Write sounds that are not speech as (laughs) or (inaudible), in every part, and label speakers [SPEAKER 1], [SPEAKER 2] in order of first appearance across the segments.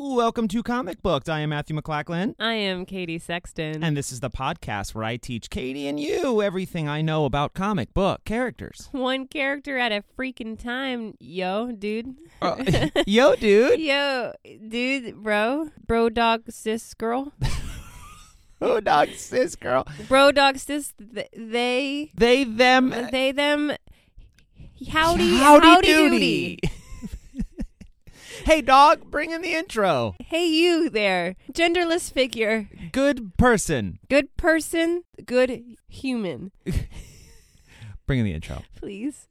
[SPEAKER 1] Welcome to Comic Books. I am Matthew McLachlan.
[SPEAKER 2] I am Katie Sexton.
[SPEAKER 1] And this is the podcast where I teach Katie and you everything I know about comic book characters.
[SPEAKER 2] one character at a freaking time, yo, dude.
[SPEAKER 1] (laughs) Uh, yo, dude.
[SPEAKER 2] Yo, dude, bro. Bro dog sis girl.
[SPEAKER 1] (laughs) Oh, dog, sis, girl.
[SPEAKER 2] Bro dog sis th- they
[SPEAKER 1] They, them.
[SPEAKER 2] they them howdy
[SPEAKER 1] howdy,
[SPEAKER 2] howdy, doody.
[SPEAKER 1] (laughs) hey, dog, bring in the intro.
[SPEAKER 2] Hey you there. Genderless figure.
[SPEAKER 1] Good person.
[SPEAKER 2] Good person, good human.
[SPEAKER 1] Bring in the intro.
[SPEAKER 2] Please.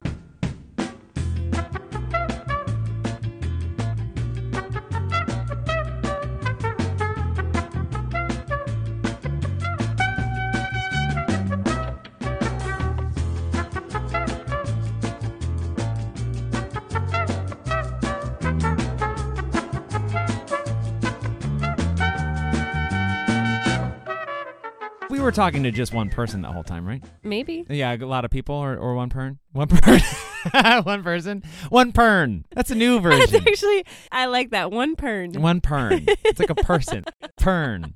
[SPEAKER 1] We were talking to just one person the whole time, right?
[SPEAKER 2] Maybe.
[SPEAKER 1] Yeah, a lot of people or, or one pern. One pern. (laughs) one person. One pern. That's a (laughs) new
[SPEAKER 2] (laughs) That's
[SPEAKER 1] version.
[SPEAKER 2] actually I like that one pern.
[SPEAKER 1] One pern. It's like a
[SPEAKER 2] (laughs)
[SPEAKER 1] person. Pern.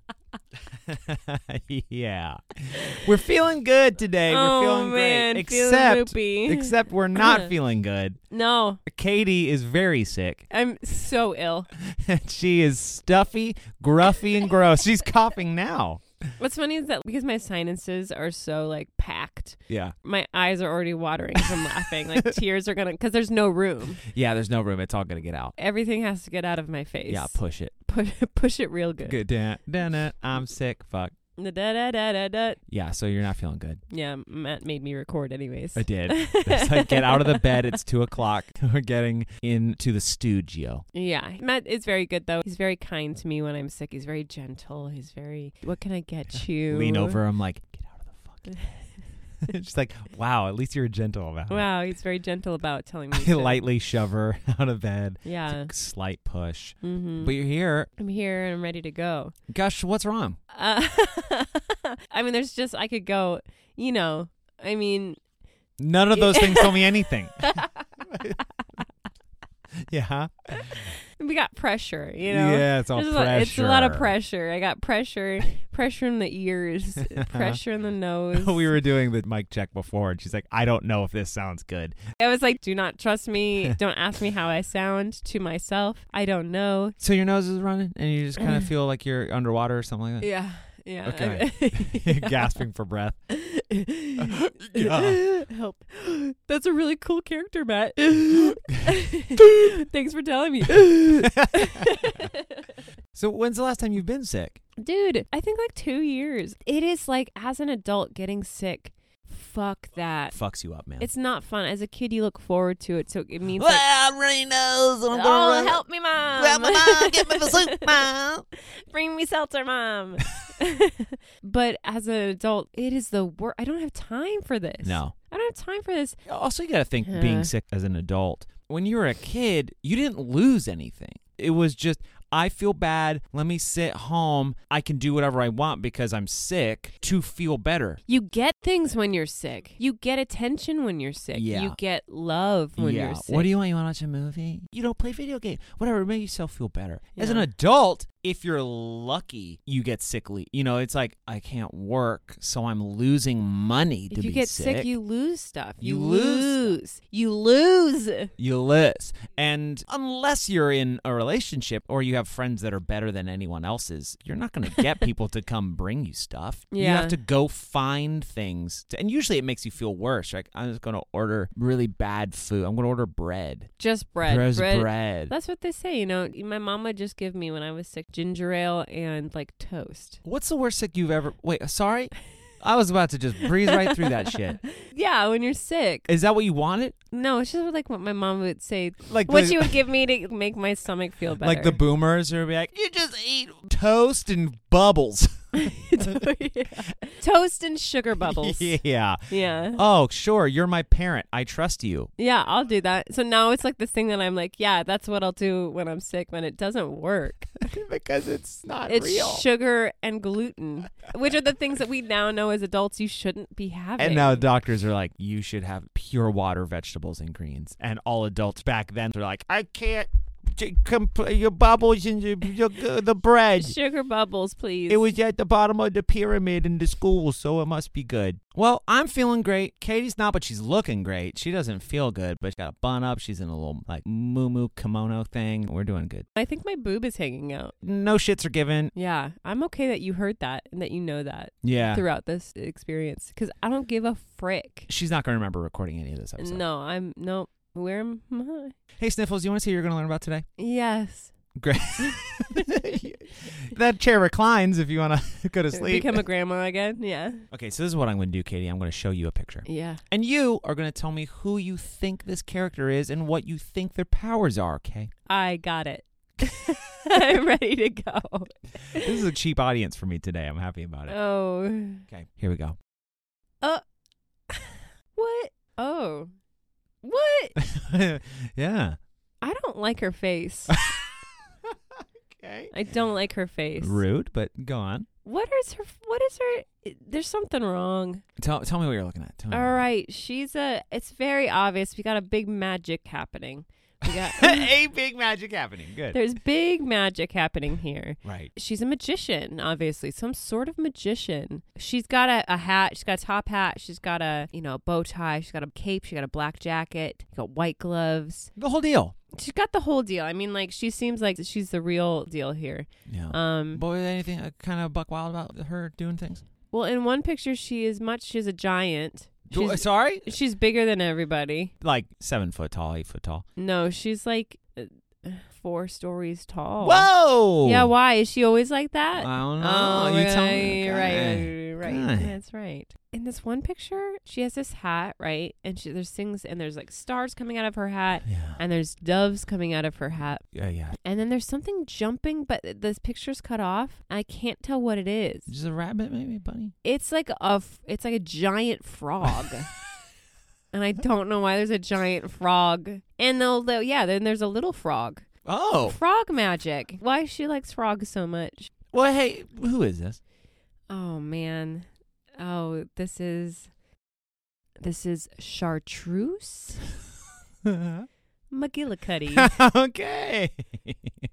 [SPEAKER 1] (laughs) yeah. We're feeling good today.
[SPEAKER 2] Oh,
[SPEAKER 1] we're feeling
[SPEAKER 2] man,
[SPEAKER 1] great.
[SPEAKER 2] feeling
[SPEAKER 1] Except
[SPEAKER 2] loopy.
[SPEAKER 1] except we're not feeling good.
[SPEAKER 2] No,
[SPEAKER 1] Katie is very sick. (laughs)
[SPEAKER 2] I'm so ill.
[SPEAKER 1] she is stuffy, gruffy, and gross. She's coughing now.
[SPEAKER 2] What's funny is that because my sinuses are so like packed,
[SPEAKER 1] Yeah.
[SPEAKER 2] my eyes are already watering
[SPEAKER 1] (laughs)
[SPEAKER 2] from laughing. Like tears are gonna, because there's no room.
[SPEAKER 1] Yeah, there's no room. It's all gonna get out.
[SPEAKER 2] Everything has to get out of my face.
[SPEAKER 1] Yeah, push it.
[SPEAKER 2] push, (laughs) push it real good.
[SPEAKER 1] Good. Da, da, da. I'm sick. Fuck.
[SPEAKER 2] Da, da, da, da, da, da.
[SPEAKER 1] Yeah, so you're not feeling good.
[SPEAKER 2] Yeah, Matt made me record anyways.
[SPEAKER 1] I
[SPEAKER 2] (laughs)
[SPEAKER 1] did. It's like, get out of the bed. It's two o'clock. (laughs) We're getting into the studio.
[SPEAKER 2] Yeah, Matt is very good though. He's very kind to me when I'm sick. He's very gentle. He's very, what can I get you?
[SPEAKER 1] Lean over. I'm like, get out of the fucking bed. (laughs) She's like, wow, at least you're gentle about it.
[SPEAKER 2] Wow, he's very gentle about telling
[SPEAKER 1] (laughs)
[SPEAKER 2] me. Uh.
[SPEAKER 1] I
[SPEAKER 2] to-
[SPEAKER 1] lightly shove her (laughs) out of bed.
[SPEAKER 2] Yeah.
[SPEAKER 1] Slight push.
[SPEAKER 2] Mm-hmm.
[SPEAKER 1] But you're here.
[SPEAKER 2] I'm here and I'm ready to go.
[SPEAKER 1] Gosh, what's wrong?
[SPEAKER 2] Uh, (laughs) I mean, there's just I could go. You know, I mean, (laughs)
[SPEAKER 1] None of those things tell me anything. (laughs) yeah.
[SPEAKER 2] we got pressure. You know,
[SPEAKER 1] Yeah, it's all
[SPEAKER 2] There's a
[SPEAKER 1] pressure.
[SPEAKER 2] lot- it's a lot of pressure. I got pressure, pressure in the
[SPEAKER 1] (laughs)
[SPEAKER 2] ears, pressure in the nose.
[SPEAKER 1] Uh-huh. we were doing the mic check before, and she's like, I don't know if this sounds good.
[SPEAKER 2] I was like, "Do not trust
[SPEAKER 1] (laughs)
[SPEAKER 2] me. Don't ask me how I sound to myself. I don't
[SPEAKER 1] (laughs)
[SPEAKER 2] know."
[SPEAKER 1] So your nose is running, and you just kind
[SPEAKER 2] (laughs)
[SPEAKER 1] of feel like you're underwater or something like that?
[SPEAKER 2] Yeah, yeah. (laughs)
[SPEAKER 1] Okay. (laughs) Gasping for breath. (laughs) Yeah.
[SPEAKER 2] Help. (gasps) That's a really cool character,
[SPEAKER 1] (laughs)
[SPEAKER 2] Matt. (laughs) Thanks for telling me. (laughs)
[SPEAKER 1] so when's the last time you've been sick?
[SPEAKER 2] Dude, I think like two years. It is like as an adult getting sick. Fuck that.
[SPEAKER 1] Fucks you up, man.
[SPEAKER 2] It's not fun. As a kid, you look forward to it, so it means like,
[SPEAKER 1] well, runny nose. I'm
[SPEAKER 2] oh,
[SPEAKER 1] gonna
[SPEAKER 2] help me, mom!
[SPEAKER 1] Grab my mom,
[SPEAKER 2] (laughs)
[SPEAKER 1] get me the soup, mom.
[SPEAKER 2] Bring me seltzer, mom. (laughs) but as an adult, it is the worst. I don't have time for this.
[SPEAKER 1] No.
[SPEAKER 2] I don't have time for this.
[SPEAKER 1] Also, you got to think
[SPEAKER 2] Yeah.
[SPEAKER 1] being sick as an adult. When you were a kid, you didn't lose anything. It was just, I feel bad. Let me sit home. I can do whatever I want because I'm sick to feel better.
[SPEAKER 2] You get things when you're sick. You get attention when you're sick.
[SPEAKER 1] Yeah.
[SPEAKER 2] You get love when
[SPEAKER 1] yeah.
[SPEAKER 2] you're sick.
[SPEAKER 1] What do you want? You want to watch a movie? You know, play video game. Whatever, make yourself feel better. As an
[SPEAKER 2] Yeah.
[SPEAKER 1] adult, if you're lucky, you get sickly. You know, it's like I can't work, so I'm losing money to
[SPEAKER 2] if you
[SPEAKER 1] be
[SPEAKER 2] get sick. you lose stuff.
[SPEAKER 1] You
[SPEAKER 2] You,
[SPEAKER 1] lose
[SPEAKER 2] lose. You lose.
[SPEAKER 1] you lose. And unless you're in a relationship or you have friends that are better than anyone else's, you're not going to get
[SPEAKER 2] (laughs)
[SPEAKER 1] people to come bring you stuff. You
[SPEAKER 2] Yeah.
[SPEAKER 1] have to go find things. To, and usually it makes you feel worse. Like, I'm just going to order really bad food. I'm going to order bread.
[SPEAKER 2] Just bread.
[SPEAKER 1] There's
[SPEAKER 2] bread.
[SPEAKER 1] bread.
[SPEAKER 2] That's what they say, you know. My mom would just give me when I was sick ginger ale and like toast.
[SPEAKER 1] What's the worst sick you've ever. Wait, sorry? I was about to just breeze right through that shit.
[SPEAKER 2] (laughs) Yeah, when you're sick.
[SPEAKER 1] Is that what you wanted?
[SPEAKER 2] No, it's just like what my mom would say.
[SPEAKER 1] Like
[SPEAKER 2] what
[SPEAKER 1] the-
[SPEAKER 2] she would give me to make my stomach feel better.
[SPEAKER 1] Like the boomers who would be like, you just eat toast and bubbles. (laughs)
[SPEAKER 2] (laughs) toast and sugar bubbles. Yeah.
[SPEAKER 1] (laughs) yeah.
[SPEAKER 2] yeah.
[SPEAKER 1] Oh, sure. You're my parent. I trust you.
[SPEAKER 2] I'll do that. So now it's like this thing that I'm like, yeah, that's what I'll do when I'm sick when it doesn't work.
[SPEAKER 1] (laughs) because it's not
[SPEAKER 2] It's sugar and gluten, which are the things that we now know as adults you shouldn't be having.
[SPEAKER 1] and now doctors are like, you should have pure water, vegetables, and greens. And all adults back then are like, I can't j- compl- your bubbles and your, your, the bread.
[SPEAKER 2] Sugar bubbles, please.
[SPEAKER 1] It was at the bottom of the pyramid in the school, so it must be good. Well, I'm feeling great. Katie's not, but she's looking great. She doesn't feel good, but she got a bun up. She's in a little like moo kimono thing. We're doing good.
[SPEAKER 2] I think my boob is hanging out.
[SPEAKER 1] No shits are given.
[SPEAKER 2] Yeah, I'm okay that you heard that and that you know that
[SPEAKER 1] Yeah.
[SPEAKER 2] throughout this experience because I don't give a frick.
[SPEAKER 1] She's not going to remember recording any of this episode.
[SPEAKER 2] No, I'm no. Where am I?
[SPEAKER 1] Hey, Sniffles, you want to see what you're going to learn about today?
[SPEAKER 2] (laughs) Yes, (laughs)
[SPEAKER 1] Great. that chair reclines if you want to (laughs) go to sleep. (laughs)
[SPEAKER 2] become a grandma again. Yeah,
[SPEAKER 1] okay, so this is what I'm going to do, Katie. I'm going to show you a picture.
[SPEAKER 2] yeah.
[SPEAKER 1] And you are going to tell me who you think this character is and what you think their powers are, okay?
[SPEAKER 2] I got it. (laughs) I'm ready to go.
[SPEAKER 1] This is a cheap audience for me today. I'm happy about it.
[SPEAKER 2] Oh, (laughs)
[SPEAKER 1] Okay, here we go.
[SPEAKER 2] what? Oh, what?
[SPEAKER 1] (laughs) yeah.
[SPEAKER 2] I don't like
[SPEAKER 1] (laughs)
[SPEAKER 2] her face.
[SPEAKER 1] okay.
[SPEAKER 2] I don't like her face.
[SPEAKER 1] Rude, but go on.
[SPEAKER 2] What is her? What is her? There's something wrong.
[SPEAKER 1] Tell, tell me what you're looking at. Tell me.
[SPEAKER 2] All right, she's a. It's very obvious. We got a big magic happening.
[SPEAKER 1] (laughs)
[SPEAKER 2] We got
[SPEAKER 1] a big magic happening. Good.
[SPEAKER 2] there's big magic happening here.
[SPEAKER 1] right.
[SPEAKER 2] She's a magician, obviously, some sort of magician. She's got a, a hat. She's got a top hat. She's got a you know bow tie. She's got a cape. She got a black jacket. She got white gloves.
[SPEAKER 1] The whole deal.
[SPEAKER 2] She's got the whole deal. I mean, like she seems like she's the real deal here.
[SPEAKER 1] Yeah.
[SPEAKER 2] Um,
[SPEAKER 1] Boy, anything uh, kind of buck wild about her doing things?
[SPEAKER 2] Well, in one picture, she is much. She's a giant.
[SPEAKER 1] Do-
[SPEAKER 2] She's,
[SPEAKER 1] Sorry?
[SPEAKER 2] she's bigger than everybody.
[SPEAKER 1] Like seven foot tall, eight foot tall.
[SPEAKER 2] No, she's like uh, four stories tall.
[SPEAKER 1] Whoa!
[SPEAKER 2] Yeah. Why is she always like that?
[SPEAKER 1] Oh. I don't know.
[SPEAKER 2] Oh,
[SPEAKER 1] you tell me.
[SPEAKER 2] right,
[SPEAKER 1] Okay.
[SPEAKER 2] right, right, right.
[SPEAKER 1] Okay.
[SPEAKER 2] That's right. In this one picture, she has this hat, right? And she, there's things, and there's like stars coming out of her hat,
[SPEAKER 1] Yeah.
[SPEAKER 2] and there's doves coming out of her hat,
[SPEAKER 1] Yeah, yeah.
[SPEAKER 2] and then there's something jumping, but this picture's cut off. I can't tell what it is.
[SPEAKER 1] Just a rabbit, maybe, bunny?
[SPEAKER 2] It's like a f- it's like a giant frog. and I don't know why there's a giant frog. And though, though yeah, then there's a little frog.
[SPEAKER 1] Oh.
[SPEAKER 2] Frog magic. Why she likes frogs so much.
[SPEAKER 1] Well, hey, who is (laughs) this?
[SPEAKER 2] Oh man. Oh, this is this is chartreuse
[SPEAKER 1] (laughs)
[SPEAKER 2] McGillicuddy.
[SPEAKER 1] okay. (laughs)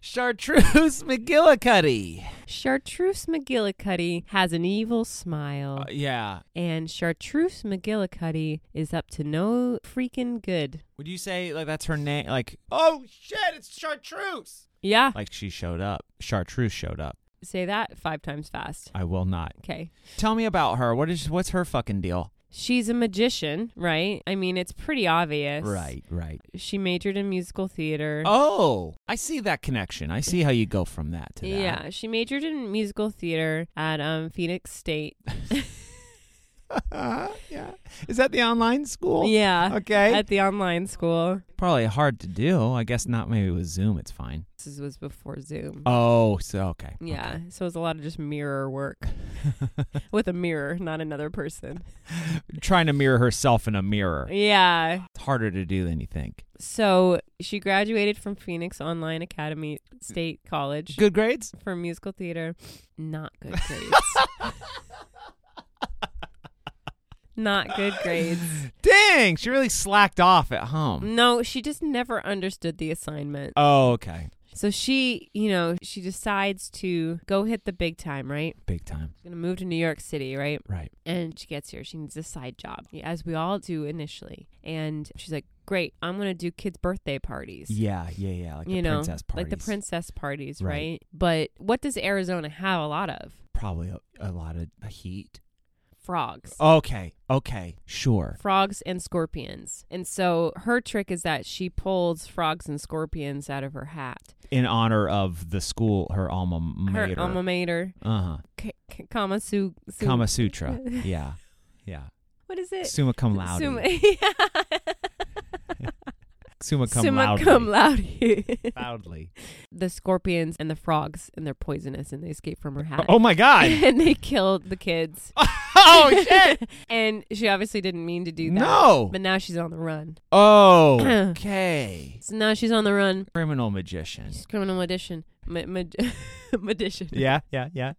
[SPEAKER 1] Chartreuse McGillicuddy.
[SPEAKER 2] chartreuse McGillicuddy has an evil smile,
[SPEAKER 1] Uh, yeah.
[SPEAKER 2] and chartreuse McGillicuddy is up to no freaking good.
[SPEAKER 1] Would you say like that's her name? Like, oh shit, it's Chartreuse.
[SPEAKER 2] Yeah,
[SPEAKER 1] Like she showed up. Chartreuse showed up.
[SPEAKER 2] say that five times fast.
[SPEAKER 1] I will not.
[SPEAKER 2] Okay.
[SPEAKER 1] Tell me about her. What is what's her fucking deal?
[SPEAKER 2] She's a magician, right? I mean, it's pretty obvious.
[SPEAKER 1] Right, right.
[SPEAKER 2] She majored in musical theater.
[SPEAKER 1] Oh, I see that connection. I see how you go from that to that.
[SPEAKER 2] Yeah, she majored in musical theater at um,
[SPEAKER 1] (laughs)
[SPEAKER 2] Phoenix State.
[SPEAKER 1] yeah. Is that the online school?
[SPEAKER 2] yeah.
[SPEAKER 1] Okay.
[SPEAKER 2] At the online school.
[SPEAKER 1] Probably hard to do. I guess not. Maybe with Zoom, it's fine.
[SPEAKER 2] This was before Zoom.
[SPEAKER 1] Oh, so okay.
[SPEAKER 2] Yeah. So it was a lot of just mirror
[SPEAKER 1] (laughs)
[SPEAKER 2] work with a mirror, not another person.
[SPEAKER 1] Trying to mirror herself in a mirror.
[SPEAKER 2] Yeah.
[SPEAKER 1] It's harder to do than you think.
[SPEAKER 2] So she graduated from Phoenix Online Academy State College
[SPEAKER 1] Good grades?
[SPEAKER 2] for musical theater. Not good
[SPEAKER 1] (laughs)
[SPEAKER 2] grades. not good grades.
[SPEAKER 1] Dang, she really slacked off at home.
[SPEAKER 2] No, she just never understood the assignment.
[SPEAKER 1] Oh, okay.
[SPEAKER 2] So she, you know, she decides to go hit the big time, right?
[SPEAKER 1] Big time.
[SPEAKER 2] She's going to move to New York City, right?
[SPEAKER 1] Right.
[SPEAKER 2] And she gets here. She needs a side job, as we all do initially. And she's like, great, I'm going to do kids' birthday parties.
[SPEAKER 1] Yeah, yeah, yeah. Like
[SPEAKER 2] you
[SPEAKER 1] the
[SPEAKER 2] know,
[SPEAKER 1] princess parties.
[SPEAKER 2] like the princess parties,
[SPEAKER 1] Right.
[SPEAKER 2] right. But what does Arizona have a lot of?
[SPEAKER 1] Probably a, a lot of heat.
[SPEAKER 2] Frogs.
[SPEAKER 1] Okay, okay, sure.
[SPEAKER 2] Frogs and scorpions. And so her trick is that she pulls frogs and scorpions out of her hat.
[SPEAKER 1] In honor of the school, her alma mater.
[SPEAKER 2] Her alma mater,
[SPEAKER 1] uh huh.
[SPEAKER 2] K- K- Kama Su. Su-
[SPEAKER 1] Kama
[SPEAKER 2] (laughs)
[SPEAKER 1] Sutra. Yeah, yeah.
[SPEAKER 2] What is it?
[SPEAKER 1] Summa cum laude.
[SPEAKER 2] Summa, (laughs)
[SPEAKER 1] Summa, cum
[SPEAKER 2] Summa
[SPEAKER 1] laude.
[SPEAKER 2] cum laude. (laughs)
[SPEAKER 1] loudly.
[SPEAKER 2] the scorpions and the frogs, and they're poisonous, and they escape from her hat.
[SPEAKER 1] Oh my god.
[SPEAKER 2] (laughs)
[SPEAKER 1] (laughs)
[SPEAKER 2] and they killed the kids. (laughs)
[SPEAKER 1] oh shit.
[SPEAKER 2] and she obviously didn't mean to do that.
[SPEAKER 1] No.
[SPEAKER 2] But now she's on the run.
[SPEAKER 1] Oh.
[SPEAKER 2] (clears throat)
[SPEAKER 1] okay.
[SPEAKER 2] So now she's on the run. (laughs)
[SPEAKER 1] Criminal magician.
[SPEAKER 2] She's criminal (laughs) audition. Ma- ma- magician.
[SPEAKER 1] Yeah, yeah, yeah.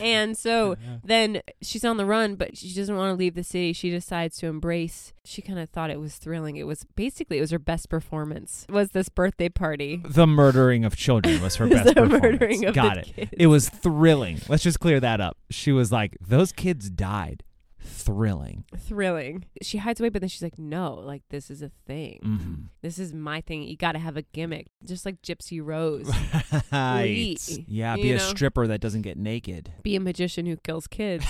[SPEAKER 2] And so then she's on the run, but she doesn't want to leave the city. She decides to embrace. She kind of thought it was thrilling. It was basically it was her best performance. Was this birthday party?
[SPEAKER 1] The murdering of children was her
[SPEAKER 2] It was
[SPEAKER 1] best
[SPEAKER 2] (laughs) the
[SPEAKER 1] performance.
[SPEAKER 2] murdering of
[SPEAKER 1] Got
[SPEAKER 2] the
[SPEAKER 1] it.
[SPEAKER 2] kids.
[SPEAKER 1] It was thrilling. Let's just clear that up. She was like, "Those kids died." Thrilling.
[SPEAKER 2] Thrilling. She hides away, but then she's like, "No, like this is a thing.
[SPEAKER 1] Mhm.
[SPEAKER 2] This is my thing. You got to have a gimmick, just like Gypsy
[SPEAKER 1] (laughs)
[SPEAKER 2] Rose.
[SPEAKER 1] Right.
[SPEAKER 2] Lee,
[SPEAKER 1] Yeah,
[SPEAKER 2] you
[SPEAKER 1] be a
[SPEAKER 2] know?
[SPEAKER 1] stripper that doesn't get
[SPEAKER 2] (laughs)
[SPEAKER 1] naked.
[SPEAKER 2] Be a magician who kills kids."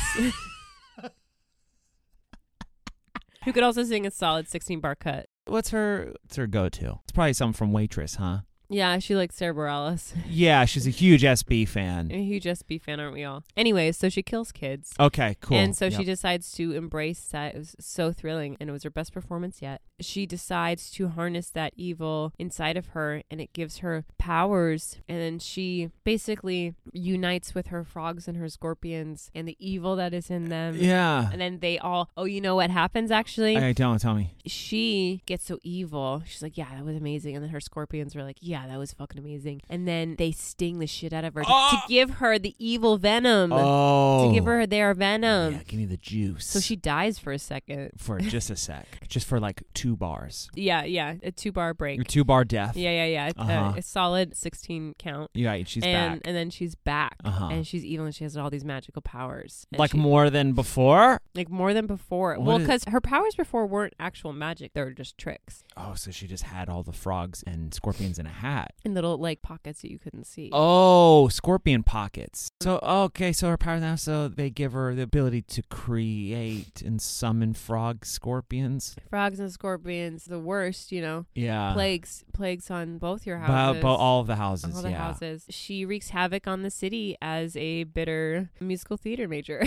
[SPEAKER 2] Who could also sing a solid 16 bar cut.
[SPEAKER 1] What's her what's her go to? It's probably something from Waitress, huh?
[SPEAKER 2] Yeah, she likes Sarah Bareilles. (laughs)
[SPEAKER 1] Yeah, she's a huge SB fan.
[SPEAKER 2] A huge SB fan, aren't we all? Anyway, so she kills kids.
[SPEAKER 1] Okay, cool.
[SPEAKER 2] And so she
[SPEAKER 1] Yep.
[SPEAKER 2] decides to embrace that. It was so thrilling, and it was her best performance yet. She decides to harness that evil inside of her, and it gives her powers. And then she basically unites with her frogs and her scorpions and the evil that is in them.
[SPEAKER 1] Yeah.
[SPEAKER 2] And then they all, oh, you know what happens actually?
[SPEAKER 1] Hey, don't tell me.
[SPEAKER 2] she gets so evil. She's like, "Yeah, that was amazing." And then her scorpions were like, "Yeah, that was fucking amazing." And then they sting the shit out of her to, to
[SPEAKER 1] Oh!
[SPEAKER 2] give her the evil venom,
[SPEAKER 1] Oh.
[SPEAKER 2] to give her their venom.
[SPEAKER 1] Yeah, give me the juice.
[SPEAKER 2] So she dies for a second.
[SPEAKER 1] (laughs) for just a sec, just for like two bars,
[SPEAKER 2] Yeah, yeah, a two bar
[SPEAKER 1] (laughs)
[SPEAKER 2] break.
[SPEAKER 1] your two bar death.
[SPEAKER 2] Yeah, yeah, yeah. A-
[SPEAKER 1] Uh-huh.
[SPEAKER 2] a solid sixteen count.
[SPEAKER 1] Yeah, right, she's
[SPEAKER 2] and
[SPEAKER 1] back.
[SPEAKER 2] and then she's back,
[SPEAKER 1] Uh-huh.
[SPEAKER 2] and she's evil, and she has all these magical powers, And
[SPEAKER 1] Like
[SPEAKER 2] she-
[SPEAKER 1] more than before.
[SPEAKER 2] like more than before.
[SPEAKER 1] What
[SPEAKER 2] well,
[SPEAKER 1] is-
[SPEAKER 2] because her powers before weren't actual magic; they were just tricks
[SPEAKER 1] Oh, so she just had all the frogs and scorpions in a hat.
[SPEAKER 2] in little like pockets that you couldn't see.
[SPEAKER 1] Oh, scorpion pockets. So okay, so her power now. So they give her the ability to create and summon frog scorpions.
[SPEAKER 2] frogs and scorpions the worst you know
[SPEAKER 1] Yeah,
[SPEAKER 2] plagues plagues on both your
[SPEAKER 1] Uh-huh. but,
[SPEAKER 2] houses
[SPEAKER 1] but all of the houses.
[SPEAKER 2] all the
[SPEAKER 1] yeah.
[SPEAKER 2] houses she wreaks havoc on the city as a bitter musical theater
[SPEAKER 1] (laughs)
[SPEAKER 2] major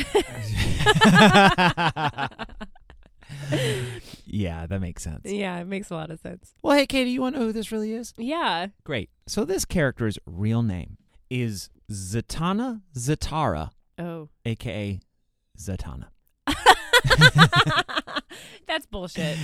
[SPEAKER 2] (laughs)
[SPEAKER 1] yeah, that makes sense.
[SPEAKER 2] yeah it makes a lot of sense
[SPEAKER 1] Well, hey, Katie, you want to know who this really is?
[SPEAKER 2] yeah
[SPEAKER 1] Great. So this character's real name is Zatanna Zatara, (laughs)
[SPEAKER 2] oh
[SPEAKER 1] aka Zatanna.
[SPEAKER 2] (laughs)
[SPEAKER 1] (laughs)
[SPEAKER 2] that's bullshit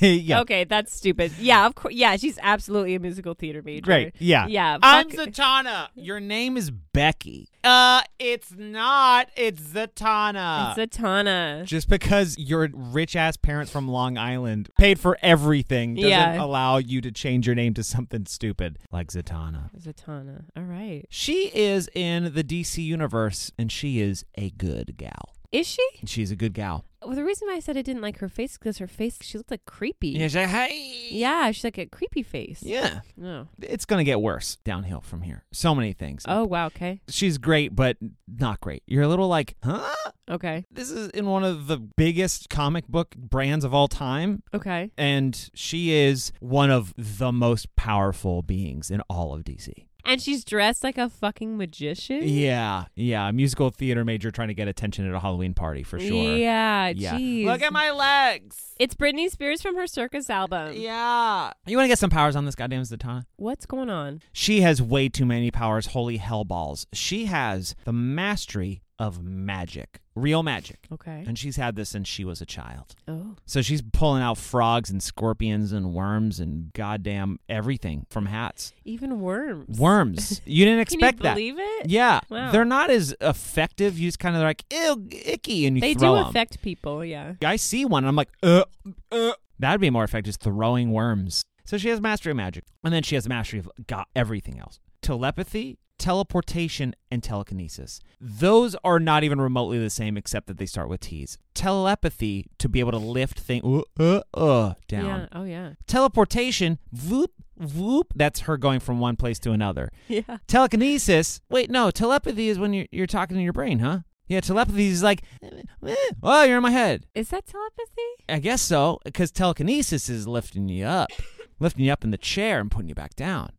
[SPEAKER 1] (laughs) yeah.
[SPEAKER 2] okay that's stupid yeah of course yeah she's absolutely a musical theater major
[SPEAKER 1] Great. Yeah.
[SPEAKER 2] yeah
[SPEAKER 1] I'm
[SPEAKER 2] fuck-
[SPEAKER 1] Zatanna. Your name is Becky. Uh, it's not. It's Zatanna.
[SPEAKER 2] it's a tana
[SPEAKER 1] Just because your rich ass parents from Long Island paid for everything doesn't
[SPEAKER 2] Yeah.
[SPEAKER 1] allow you to change your name to something stupid like Zatanna.
[SPEAKER 2] it's a tana all right
[SPEAKER 1] She is in the DC universe and she is a good gal.
[SPEAKER 2] is she
[SPEAKER 1] She's a good gal.
[SPEAKER 2] well, the reason why i said i didn't like her face because her face she looked like creepy
[SPEAKER 1] Yeah, she's like, hey.
[SPEAKER 2] Yeah, she's like a creepy face.
[SPEAKER 1] Yeah.
[SPEAKER 2] No.
[SPEAKER 1] It's going to get worse downhill from here. So many things.
[SPEAKER 2] Oh wow. Okay.
[SPEAKER 1] She's great, but not great. You're a little like, huh?
[SPEAKER 2] Okay.
[SPEAKER 1] This is in one of the biggest comic book brands of all time.
[SPEAKER 2] Okay.
[SPEAKER 1] And she is one of the most powerful beings in all of DC.
[SPEAKER 2] And she's dressed like a fucking magician.
[SPEAKER 1] Yeah. Yeah. A musical theater major trying to get attention at a Halloween party for sure.
[SPEAKER 2] Yeah. Jeez.
[SPEAKER 1] my legs.
[SPEAKER 2] It's Britney Spears from her circus album.
[SPEAKER 1] Yeah. You want to get some powers on this goddamn Zatanna?
[SPEAKER 2] What's going on?
[SPEAKER 1] She has way too many powers. Holy hell balls. She has the mastery of magic, real magic.
[SPEAKER 2] Okay.
[SPEAKER 1] And she's had this since she was a child.
[SPEAKER 2] Oh.
[SPEAKER 1] So she's pulling out frogs and scorpions and worms and goddamn everything from hats.
[SPEAKER 2] Even worms. (laughs)
[SPEAKER 1] Worms. You didn't
[SPEAKER 2] Can
[SPEAKER 1] expect
[SPEAKER 2] you
[SPEAKER 1] that.
[SPEAKER 2] believe it?
[SPEAKER 1] Yeah.
[SPEAKER 2] Wow.
[SPEAKER 1] They're not as effective. You just kind of like, ew, icky, and you
[SPEAKER 2] They
[SPEAKER 1] throw
[SPEAKER 2] do
[SPEAKER 1] 'em.
[SPEAKER 2] affect people. Yeah.
[SPEAKER 1] I see one and I'm like, uh, uh. That'd be more effective, just throwing worms. So she has mastery of magic. And then she has mastery of got everything else telepathy, teleportation, and telekinesis. Those are not even remotely the same, except that they start with T's. Telepathy, to be able to lift things uh, uh, uh, down.
[SPEAKER 2] Yeah. Oh yeah. (laughs)
[SPEAKER 1] Teleportation, whoop, whoop. That's her going from one place to another.
[SPEAKER 2] Yeah.
[SPEAKER 1] Telekinesis. Wait, no. Telepathy is when you're, you're talking in your brain, huh? Yeah, telepathy is like, eh, oh, you're in my head.
[SPEAKER 2] Is that telepathy?
[SPEAKER 1] I guess so, because telekinesis is lifting you up, lifting you up in the chair and putting you back down.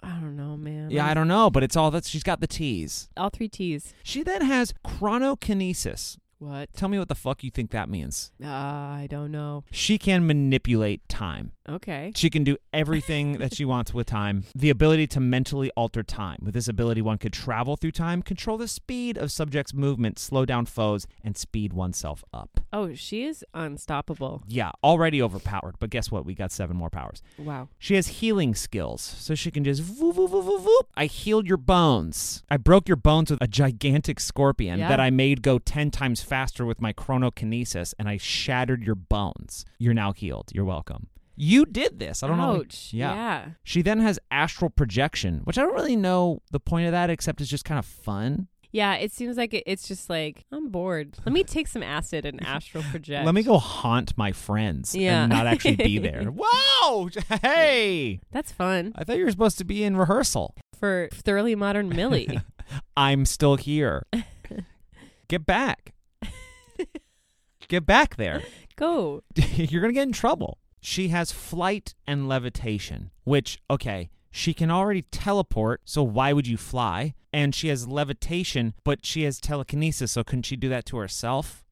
[SPEAKER 2] I don't know, man.
[SPEAKER 1] Yeah, I don't know, but it's all that she's got the T's.
[SPEAKER 2] All three T's.
[SPEAKER 1] She then has chronokinesis.
[SPEAKER 2] What?
[SPEAKER 1] Tell me what the fuck you think that means.
[SPEAKER 2] Uh, I don't know.
[SPEAKER 1] She can manipulate time.
[SPEAKER 2] Okay.
[SPEAKER 1] She can do everything that she wants with time. The ability to mentally alter time. With this ability, one could travel through time, control the speed of subjects' movement, slow down foes, and speed oneself up.
[SPEAKER 2] Oh, she is unstoppable.
[SPEAKER 1] Yeah, already overpowered, but guess what? We got seven more powers.
[SPEAKER 2] Wow.
[SPEAKER 1] She has healing skills, so she can just woo, woo, woo, woo, woo, boop, I healed your bones. I broke your bones with a gigantic scorpion
[SPEAKER 2] Yeah.
[SPEAKER 1] that I made go 10 times faster with my chronokinesis, and I shattered your bones. You're now healed. You're welcome. You did this. I don't know.
[SPEAKER 2] Ouch.
[SPEAKER 1] Yeah.
[SPEAKER 2] yeah.
[SPEAKER 1] She then has astral projection, which I don't really know the point of that except it's just kind of fun.
[SPEAKER 2] Yeah, it seems like it, it's just like I'm bored. Let me take some
[SPEAKER 1] (laughs)
[SPEAKER 2] acid and astral project.
[SPEAKER 1] Let me go haunt my friends
[SPEAKER 2] Yeah.
[SPEAKER 1] and not actually be
[SPEAKER 2] (laughs)
[SPEAKER 1] there. Whoa! (laughs) Hey!
[SPEAKER 2] That's fun
[SPEAKER 1] I thought you were supposed to be in rehearsal.
[SPEAKER 2] for thoroughly modern Millie. (laughs)
[SPEAKER 1] (laughs) I'm still here. Get back. Get back there. (laughs)
[SPEAKER 2] go.
[SPEAKER 1] You're going to get in trouble. She has flight and levitation, which, okay, she can already teleport, so why would you fly? And she has levitation, but she has telekinesis, so couldn't she do that to herself?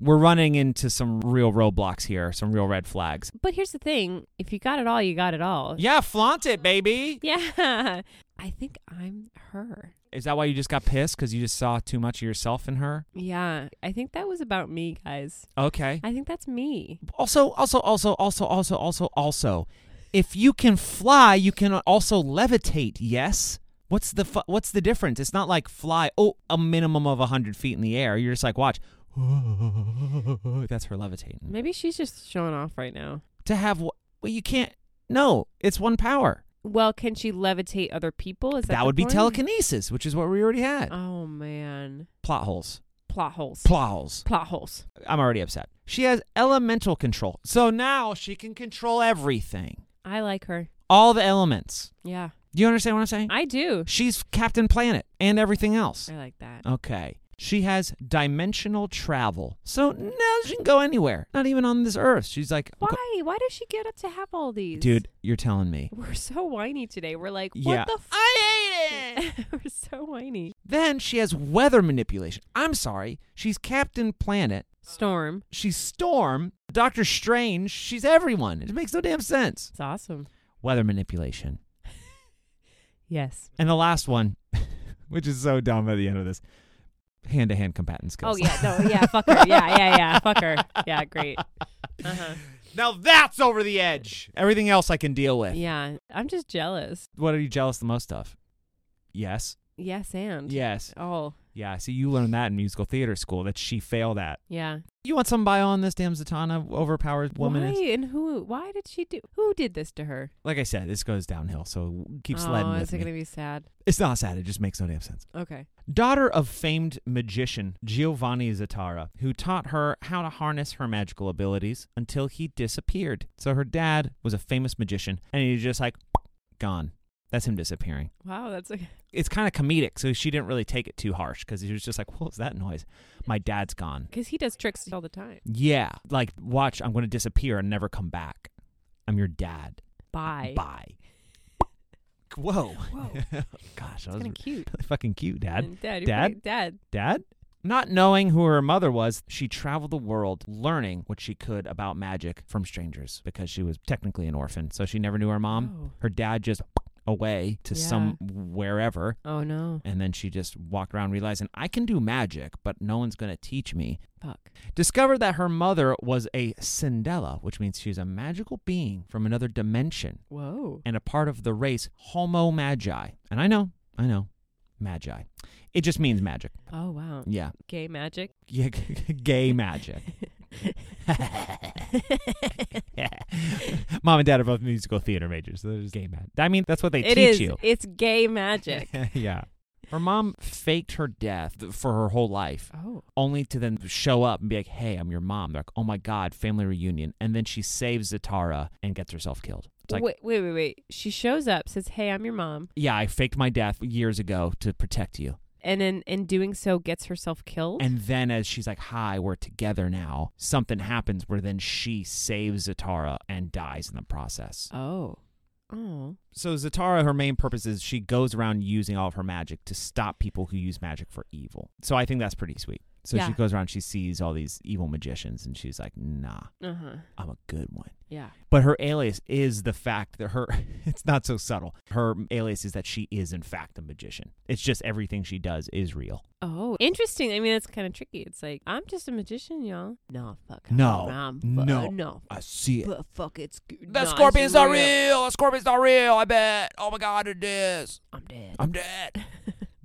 [SPEAKER 1] We're running into some real roadblocks here, some real red flags.
[SPEAKER 2] But here's the thing: if you got it all, you got it all.
[SPEAKER 1] Yeah, flaunt it, baby.
[SPEAKER 2] (laughs) Yeah. I think I'm her.
[SPEAKER 1] Is that why you just got pissed? Because you just saw too much of yourself in her?
[SPEAKER 2] Yeah. I think that was about me, guys.
[SPEAKER 1] Okay.
[SPEAKER 2] I think that's me.
[SPEAKER 1] also also also also also also also if you can fly you can also levitate yes what's the fu- what's the difference it's not like fly oh a minimum of 100 feet in the air you're just like watch (laughs) that's her levitating
[SPEAKER 2] Maybe she's just showing off right now.
[SPEAKER 1] to have wh- well you can't no it's one power
[SPEAKER 2] Well, can she levitate other people? Is that
[SPEAKER 1] that
[SPEAKER 2] the
[SPEAKER 1] would be
[SPEAKER 2] point?
[SPEAKER 1] telekinesis which is what we already had
[SPEAKER 2] Oh man,
[SPEAKER 1] plot holes
[SPEAKER 2] plot holes.
[SPEAKER 1] plot holes
[SPEAKER 2] plot holes.
[SPEAKER 1] i'm already upset she has elemental control so now she can control everything
[SPEAKER 2] I like her.
[SPEAKER 1] all the elements
[SPEAKER 2] Yeah,
[SPEAKER 1] do you understand what i'm saying
[SPEAKER 2] I do.
[SPEAKER 1] She's Captain Planet and everything else.
[SPEAKER 2] I like
[SPEAKER 1] Uh,
[SPEAKER 2] that.
[SPEAKER 1] Okay. She has dimensional travel. So now she can go anywhere, not even on this earth. She's like, I'm go-
[SPEAKER 2] Why? Why does she get up to have all these?
[SPEAKER 1] dude, you're telling me.
[SPEAKER 2] we're so whiny today. We're like, what
[SPEAKER 1] yeah.
[SPEAKER 2] the? F-
[SPEAKER 1] I hate it.
[SPEAKER 2] (laughs) we're so whiny.
[SPEAKER 1] then she has weather manipulation. I'm sorry. She's Captain Planet.
[SPEAKER 2] Storm.
[SPEAKER 1] She's Storm, Doctor Strange. She's everyone. It makes no damn sense.
[SPEAKER 2] It's awesome.
[SPEAKER 1] Weather manipulation.
[SPEAKER 2] Yes.
[SPEAKER 1] And the last one, (laughs) which is so dumb at the end of this hand to hand combatant skills.
[SPEAKER 2] Oh
[SPEAKER 1] (laughs)
[SPEAKER 2] yeah. No. Yeah. Fuck her. Yeah. Yeah. Yeah. Fuck her. Yeah. Great. Uh-huh.
[SPEAKER 1] Now that's over the edge. Everything else I can deal with.
[SPEAKER 2] Yeah. I'm just jealous.
[SPEAKER 1] What are you jealous the most of? Yes.
[SPEAKER 2] Yes. And.
[SPEAKER 1] Yes.
[SPEAKER 2] Oh.
[SPEAKER 1] Yeah. See, you learned that in musical theater school that she failed at.
[SPEAKER 2] Yeah.
[SPEAKER 1] You want some bio on this damn Zatanna overpowered woman?
[SPEAKER 2] Why
[SPEAKER 1] It's-
[SPEAKER 2] and who? Why did she do? Who did this to her?
[SPEAKER 1] Like I said, this goes downhill, so keep
[SPEAKER 2] oh,
[SPEAKER 1] sledding
[SPEAKER 2] is
[SPEAKER 1] with
[SPEAKER 2] it
[SPEAKER 1] me.
[SPEAKER 2] gonna be sad?
[SPEAKER 1] It's not sad. It just makes no damn sense.
[SPEAKER 2] Okay.
[SPEAKER 1] Daughter of famed magician Giovanni Zatara, who taught her how to harness her magical abilities until he disappeared. So her dad was a famous magician, and he was just like, gone. That's him disappearing.
[SPEAKER 2] Wow. That's a.
[SPEAKER 1] it's kind of comedic, so she didn't really take it too harsh because he was just like, "What was that noise? My dad's gone."
[SPEAKER 2] Because he does tricks all the time.
[SPEAKER 1] Yeah, like watch, I'm going to disappear and never come back. I'm your dad.
[SPEAKER 2] Bye. (laughs)
[SPEAKER 1] Bye. Whoa.
[SPEAKER 2] Whoa.
[SPEAKER 1] (laughs) Gosh, that
[SPEAKER 2] It's
[SPEAKER 1] was
[SPEAKER 2] kind of
[SPEAKER 1] (laughs) really
[SPEAKER 2] cute.
[SPEAKER 1] fucking cute, Dad.
[SPEAKER 2] And dad. you're
[SPEAKER 1] Dad?
[SPEAKER 2] pretty- Dad.
[SPEAKER 1] Dad. Not knowing who her mother was, she traveled the world learning what she could about magic from strangers because she was technically an orphan, so she never knew her mom.
[SPEAKER 2] Oh.
[SPEAKER 1] Her dad just away to
[SPEAKER 2] Yeah.
[SPEAKER 1] some wherever
[SPEAKER 2] Oh no.
[SPEAKER 1] And then she just walked around realizing, I can do magic, but no one's going to teach me.
[SPEAKER 2] Fuck.
[SPEAKER 1] Discovered that her mother was a Sindela, which means she's a magical being from another dimension
[SPEAKER 2] Whoa.
[SPEAKER 1] and a part of the race Homo Magi. And I know, I know, Magi. It just means magic.
[SPEAKER 2] Oh wow.
[SPEAKER 1] Yeah.
[SPEAKER 2] Gay magic. (laughs)
[SPEAKER 1] Yeah, Gay magic. (laughs) Mom and dad are both musical theater majors, so there's gay magic. I mean, that's what (laughs) they
[SPEAKER 2] It
[SPEAKER 1] teach
[SPEAKER 2] is.
[SPEAKER 1] you.
[SPEAKER 2] It's gay
[SPEAKER 1] (laughs)
[SPEAKER 2] magic.
[SPEAKER 1] yeah. Her mom faked her death th- for her whole life,
[SPEAKER 2] oh.
[SPEAKER 1] only to then show up and be like, hey, I'm your mom. They're like, oh my God, family reunion. And then she saves Zatara and gets herself killed. It's like,
[SPEAKER 2] wait, wait, wait, wait. She shows up, says, "Hey, I'm your mom,"
[SPEAKER 1] yeah, I faked my death years ago to protect you.
[SPEAKER 2] and in in doing so, gets herself killed.
[SPEAKER 1] And then as she's like, hi, we're together now, something happens where then she saves Zatara and dies in the process.
[SPEAKER 2] oh. Oh.
[SPEAKER 1] So Zatara, her main purpose is she goes around using all of her magic to stop people who use magic for evil. So I think that's pretty sweet. So
[SPEAKER 2] Yeah.
[SPEAKER 1] she goes around, she sees all these evil magicians, and she's like, nah,
[SPEAKER 2] Uh huh.
[SPEAKER 1] I'm a good one.
[SPEAKER 2] Yeah.
[SPEAKER 1] But her alias is the fact that her, (laughs) it's not so subtle. Her alias is that she is, in fact, a magician. It's just everything she does is real.
[SPEAKER 2] Oh, interesting. I mean, that's kind of tricky. It's like I'm just a magician, y'all. No, fuck.
[SPEAKER 1] No.
[SPEAKER 2] I'm
[SPEAKER 1] No.
[SPEAKER 2] no.
[SPEAKER 1] I see it.
[SPEAKER 2] But fuck, it's g-
[SPEAKER 1] The
[SPEAKER 2] nah,
[SPEAKER 1] scorpions
[SPEAKER 2] it's
[SPEAKER 1] are real. The scorpions are real. I bet. Oh my god, it is.
[SPEAKER 2] I'm dead.
[SPEAKER 1] I'm dead.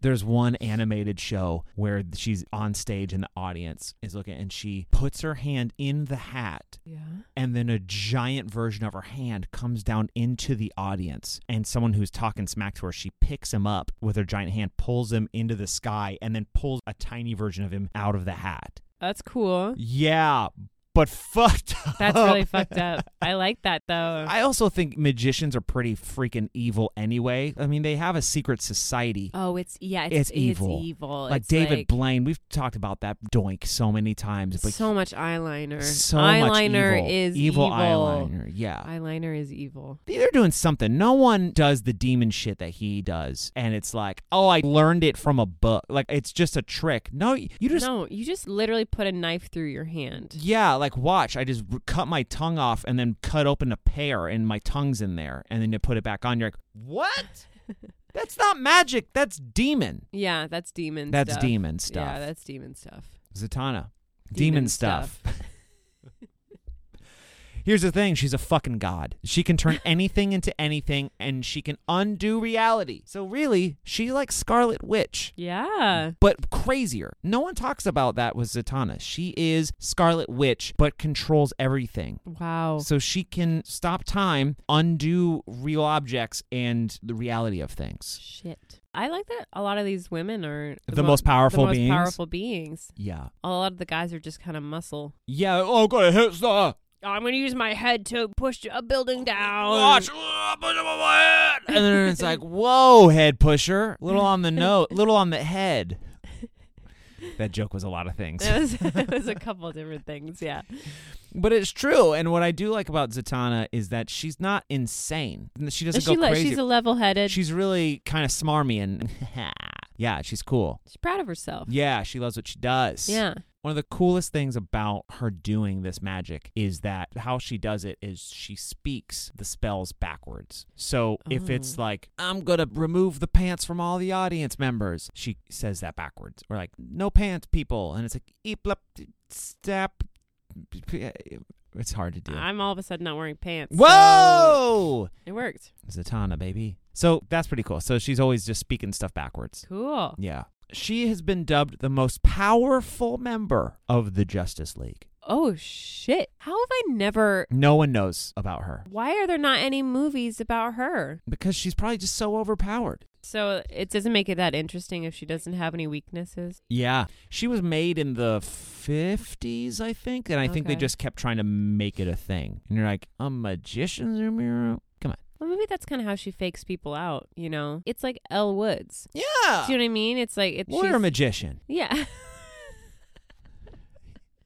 [SPEAKER 1] There's one animated show where she's on stage and the audience is looking, and she puts her hand in the hat,
[SPEAKER 2] (laughs) yeah.
[SPEAKER 1] and then a giant version of her hand comes down into the audience, and someone who's talking smack to her, she picks him up with her giant hand, pulls him into the sky, and then pulls a tiny version of him out of the hat.
[SPEAKER 2] That's cool.
[SPEAKER 1] Yeah, but fucked up. (laughs)
[SPEAKER 2] That's really fucked up. I like that though.
[SPEAKER 1] I also think magicians are pretty freaking evil anyway. I mean, they have a secret society.
[SPEAKER 2] oh, it's yeah.
[SPEAKER 1] It's evil.
[SPEAKER 2] It's evil.
[SPEAKER 1] like
[SPEAKER 2] It's
[SPEAKER 1] David
[SPEAKER 2] like
[SPEAKER 1] Blaine, we've talked about that doink so many times. But
[SPEAKER 2] so much eyeliner.
[SPEAKER 1] so much
[SPEAKER 2] eyeliner
[SPEAKER 1] evil.
[SPEAKER 2] is
[SPEAKER 1] evil.
[SPEAKER 2] evil.
[SPEAKER 1] eyeliner. Yeah.
[SPEAKER 2] Eyeliner is evil.
[SPEAKER 1] They're doing something. No one does the demon shit that he does. And it's like, oh, I learned it from a book. Like, it's just a trick. No, you just.
[SPEAKER 2] no, you just literally put a knife through your hand.
[SPEAKER 1] Yeah, like watch. I just r- cut my tongue off and then cut open a pear, and my tongue's in there, and then you put it back on. You're like,
[SPEAKER 2] (laughs)
[SPEAKER 1] what? That's not magic. That's demon.
[SPEAKER 2] Yeah, that's demon.
[SPEAKER 1] That's
[SPEAKER 2] stuff.
[SPEAKER 1] demon stuff.
[SPEAKER 2] Yeah, that's demon stuff.
[SPEAKER 1] Zatanna. Demon,
[SPEAKER 2] Demon
[SPEAKER 1] stuff. (laughs) Here's the thing, she's a fucking god. She can turn anything into anything and she can undo reality. So really, she's like Scarlet Witch,
[SPEAKER 2] Yeah.
[SPEAKER 1] but crazier. No one talks about that with Zatanna. She is Scarlet Witch but controls everything.
[SPEAKER 2] Wow.
[SPEAKER 1] So she can stop time, undo real objects and the reality of things.
[SPEAKER 2] Shit. I like that a lot of these women are
[SPEAKER 1] The most powerful
[SPEAKER 2] the most
[SPEAKER 1] beings.
[SPEAKER 2] powerful beings.
[SPEAKER 1] Yeah.
[SPEAKER 2] A lot of the guys are just kind of muscle. Oh,
[SPEAKER 1] Yeah, oh god, it hits the
[SPEAKER 2] I'm going to use my head to push a building down. (laughs) uh,
[SPEAKER 1] And then it's like, whoa, head pusher. Little on the note, little on the head. That joke was a lot of things.
[SPEAKER 2] It was, it was a couple different things, yeah.
[SPEAKER 1] But it's true. And what I do like about Zatanna is that she's not insane. She doesn't
[SPEAKER 2] She
[SPEAKER 1] go
[SPEAKER 2] le-
[SPEAKER 1] crazy.
[SPEAKER 2] she's a level-headed.
[SPEAKER 1] she's really kind of smarmy and (laughs) yeah, she's cool.
[SPEAKER 2] she's proud of herself.
[SPEAKER 1] Yeah, she loves what she does.
[SPEAKER 2] Yeah.
[SPEAKER 1] One of the coolest things about her doing this magic is that how she does it is she speaks the spells backwards. So if it's
[SPEAKER 2] Oh.
[SPEAKER 1] like, I'm going to remove the pants from all the audience members, she says that backwards. Or like, no pants, people. And it's like, eep, lep, step. It's hard to do.
[SPEAKER 2] I'm all of a sudden not wearing pants. so
[SPEAKER 1] Whoa!
[SPEAKER 2] it worked.
[SPEAKER 1] Zatanna, baby. So that's pretty cool. So she's always just speaking stuff backwards.
[SPEAKER 2] Cool.
[SPEAKER 1] Yeah. She has been dubbed the most powerful member of the Justice League.
[SPEAKER 2] Oh, shit. How have I never...
[SPEAKER 1] No one knows about her
[SPEAKER 2] Why are there not any movies about her?
[SPEAKER 1] because she's probably just so overpowered.
[SPEAKER 2] So it doesn't make it that interesting if she doesn't have any weaknesses.
[SPEAKER 1] Yeah. She was made in the 50s, I think, and I think they
[SPEAKER 2] Okay.
[SPEAKER 1] just kept trying to make it a thing. And you're like, a magician's mirror? Come on.
[SPEAKER 2] Well, maybe that's kind of how she fakes people out, you know? It's like Elle Woods.
[SPEAKER 1] Yeah.
[SPEAKER 2] Do you know what I mean? It's like it's
[SPEAKER 1] We're Ah. a
[SPEAKER 2] she's-
[SPEAKER 1] magician,
[SPEAKER 2] yeah. (laughs) well,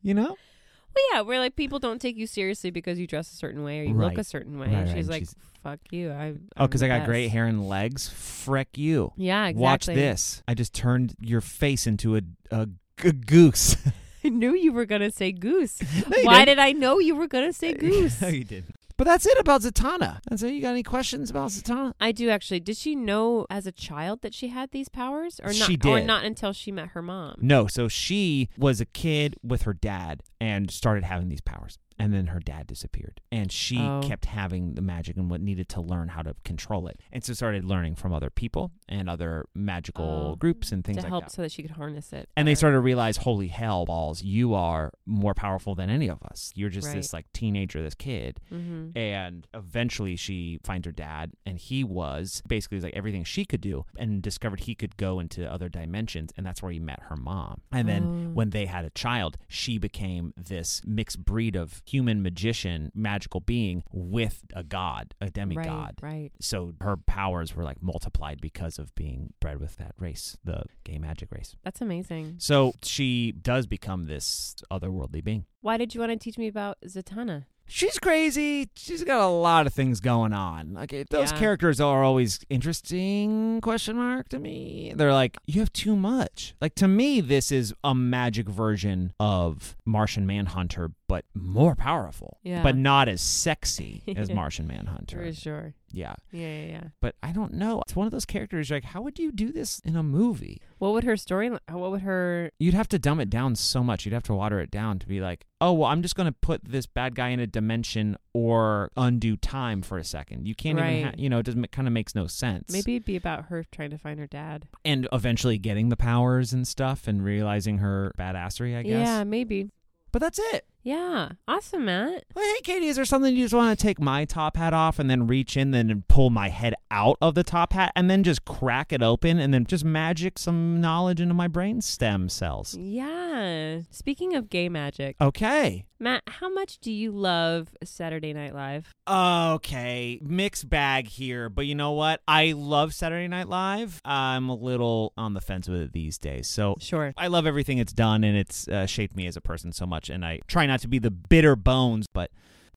[SPEAKER 1] you know?
[SPEAKER 2] yeah, where like people don't take you seriously because you dress a certain way or you
[SPEAKER 1] Right.
[SPEAKER 2] look a certain way.
[SPEAKER 1] Right,
[SPEAKER 2] and
[SPEAKER 1] right,
[SPEAKER 2] she's
[SPEAKER 1] and
[SPEAKER 2] like,
[SPEAKER 1] she's-
[SPEAKER 2] "Fuck you." I
[SPEAKER 1] Oh,
[SPEAKER 2] I'm
[SPEAKER 1] because
[SPEAKER 2] the
[SPEAKER 1] I got
[SPEAKER 2] best."
[SPEAKER 1] great hair and legs? Freck you.
[SPEAKER 2] Yeah, exactly.
[SPEAKER 1] Watch this. I just turned your face into a, a g- goose.
[SPEAKER 2] (laughs)
[SPEAKER 1] (laughs)
[SPEAKER 2] I knew you were gonna say goose.
[SPEAKER 1] No, you
[SPEAKER 2] Why
[SPEAKER 1] didn't.
[SPEAKER 2] did I know you were
[SPEAKER 1] (laughs)
[SPEAKER 2] gonna say goose?
[SPEAKER 1] no, you didn't. But that's it about Zatanna. That's it. You got any questions about Zatanna?
[SPEAKER 2] I do actually. Did she know as a child that she had these powers, or not?
[SPEAKER 1] She
[SPEAKER 2] Or
[SPEAKER 1] did.
[SPEAKER 2] not until she met her mom.
[SPEAKER 1] No, so she was a kid with her dad and started having these powers. And then her dad disappeared. And she
[SPEAKER 2] Oh.
[SPEAKER 1] kept having the magic and what needed to learn how to control it. And so started learning from other people and other magical
[SPEAKER 2] Oh.
[SPEAKER 1] groups and things
[SPEAKER 2] to
[SPEAKER 1] like
[SPEAKER 2] help
[SPEAKER 1] that.
[SPEAKER 2] so that she could harness it.
[SPEAKER 1] And they
[SPEAKER 2] better.
[SPEAKER 1] started to realize, holy hell, balls, you are more powerful than any of us. You're just
[SPEAKER 2] Right.
[SPEAKER 1] this like teenager, this kid.
[SPEAKER 2] Mhm.
[SPEAKER 1] And eventually she finds her dad, and he was basically like everything she could do, and discovered he could go into other dimensions. And that's where he met her mom. And then
[SPEAKER 2] Oh.
[SPEAKER 1] when they had a child, she became this mixed breed of human magician, magical being with a god, a
[SPEAKER 2] right,
[SPEAKER 1] demigod.
[SPEAKER 2] Right.
[SPEAKER 1] So her powers were like multiplied because of being bred with that race, the gay magic race.
[SPEAKER 2] That's amazing.
[SPEAKER 1] So she does become this otherworldly being.
[SPEAKER 2] Why did you want to teach me about Zatanna?
[SPEAKER 1] she's crazy. She's got a lot of things going on. Like it- those
[SPEAKER 2] Yeah.
[SPEAKER 1] characters are always interesting question mark to me. They're like you have too much. Like to me this is a magic version of Martian Manhunter but more powerful.
[SPEAKER 2] Yeah.
[SPEAKER 1] But not as
[SPEAKER 2] (laughs)
[SPEAKER 1] sexy as Martian Manhunter.
[SPEAKER 2] For sure.
[SPEAKER 1] Yeah.
[SPEAKER 2] Yeah, yeah, yeah.
[SPEAKER 1] But I don't know. It's one of those characters like how would you do this in a movie?
[SPEAKER 2] What would her story? uh, What would her?
[SPEAKER 1] You'd have to dumb it down so much. You'd have to water it down to be like, oh, well, I'm just going to put this bad guy in a dimension or undo time for a second. You can't even, ha-
[SPEAKER 2] Right.
[SPEAKER 1] you know, it doesn't kind of makes no sense.
[SPEAKER 2] Maybe it'd be about her trying to find her dad.
[SPEAKER 1] And eventually getting the powers and stuff and realizing her badassery, I guess.
[SPEAKER 2] Yeah, maybe.
[SPEAKER 1] But that's it.
[SPEAKER 2] Yeah. Awesome, Matt.
[SPEAKER 1] Well, hey, Katie, is there something you just want to take my top hat off and then reach in and pull my head out of the top hat and then just crack it open and then just magic some knowledge into my brain stem cells?
[SPEAKER 2] Yeah. Speaking of gay magic,
[SPEAKER 1] Okay.
[SPEAKER 2] Matt, how much do you love Saturday Night Live?
[SPEAKER 1] Okay, mixed bag here, but you know what? I love Saturday Night Live. I'm a little on the fence with it these days. So
[SPEAKER 2] Sure.
[SPEAKER 1] I love everything it's done, and it's uh, shaped me as a person so much. And I try not to be the bitter bones, but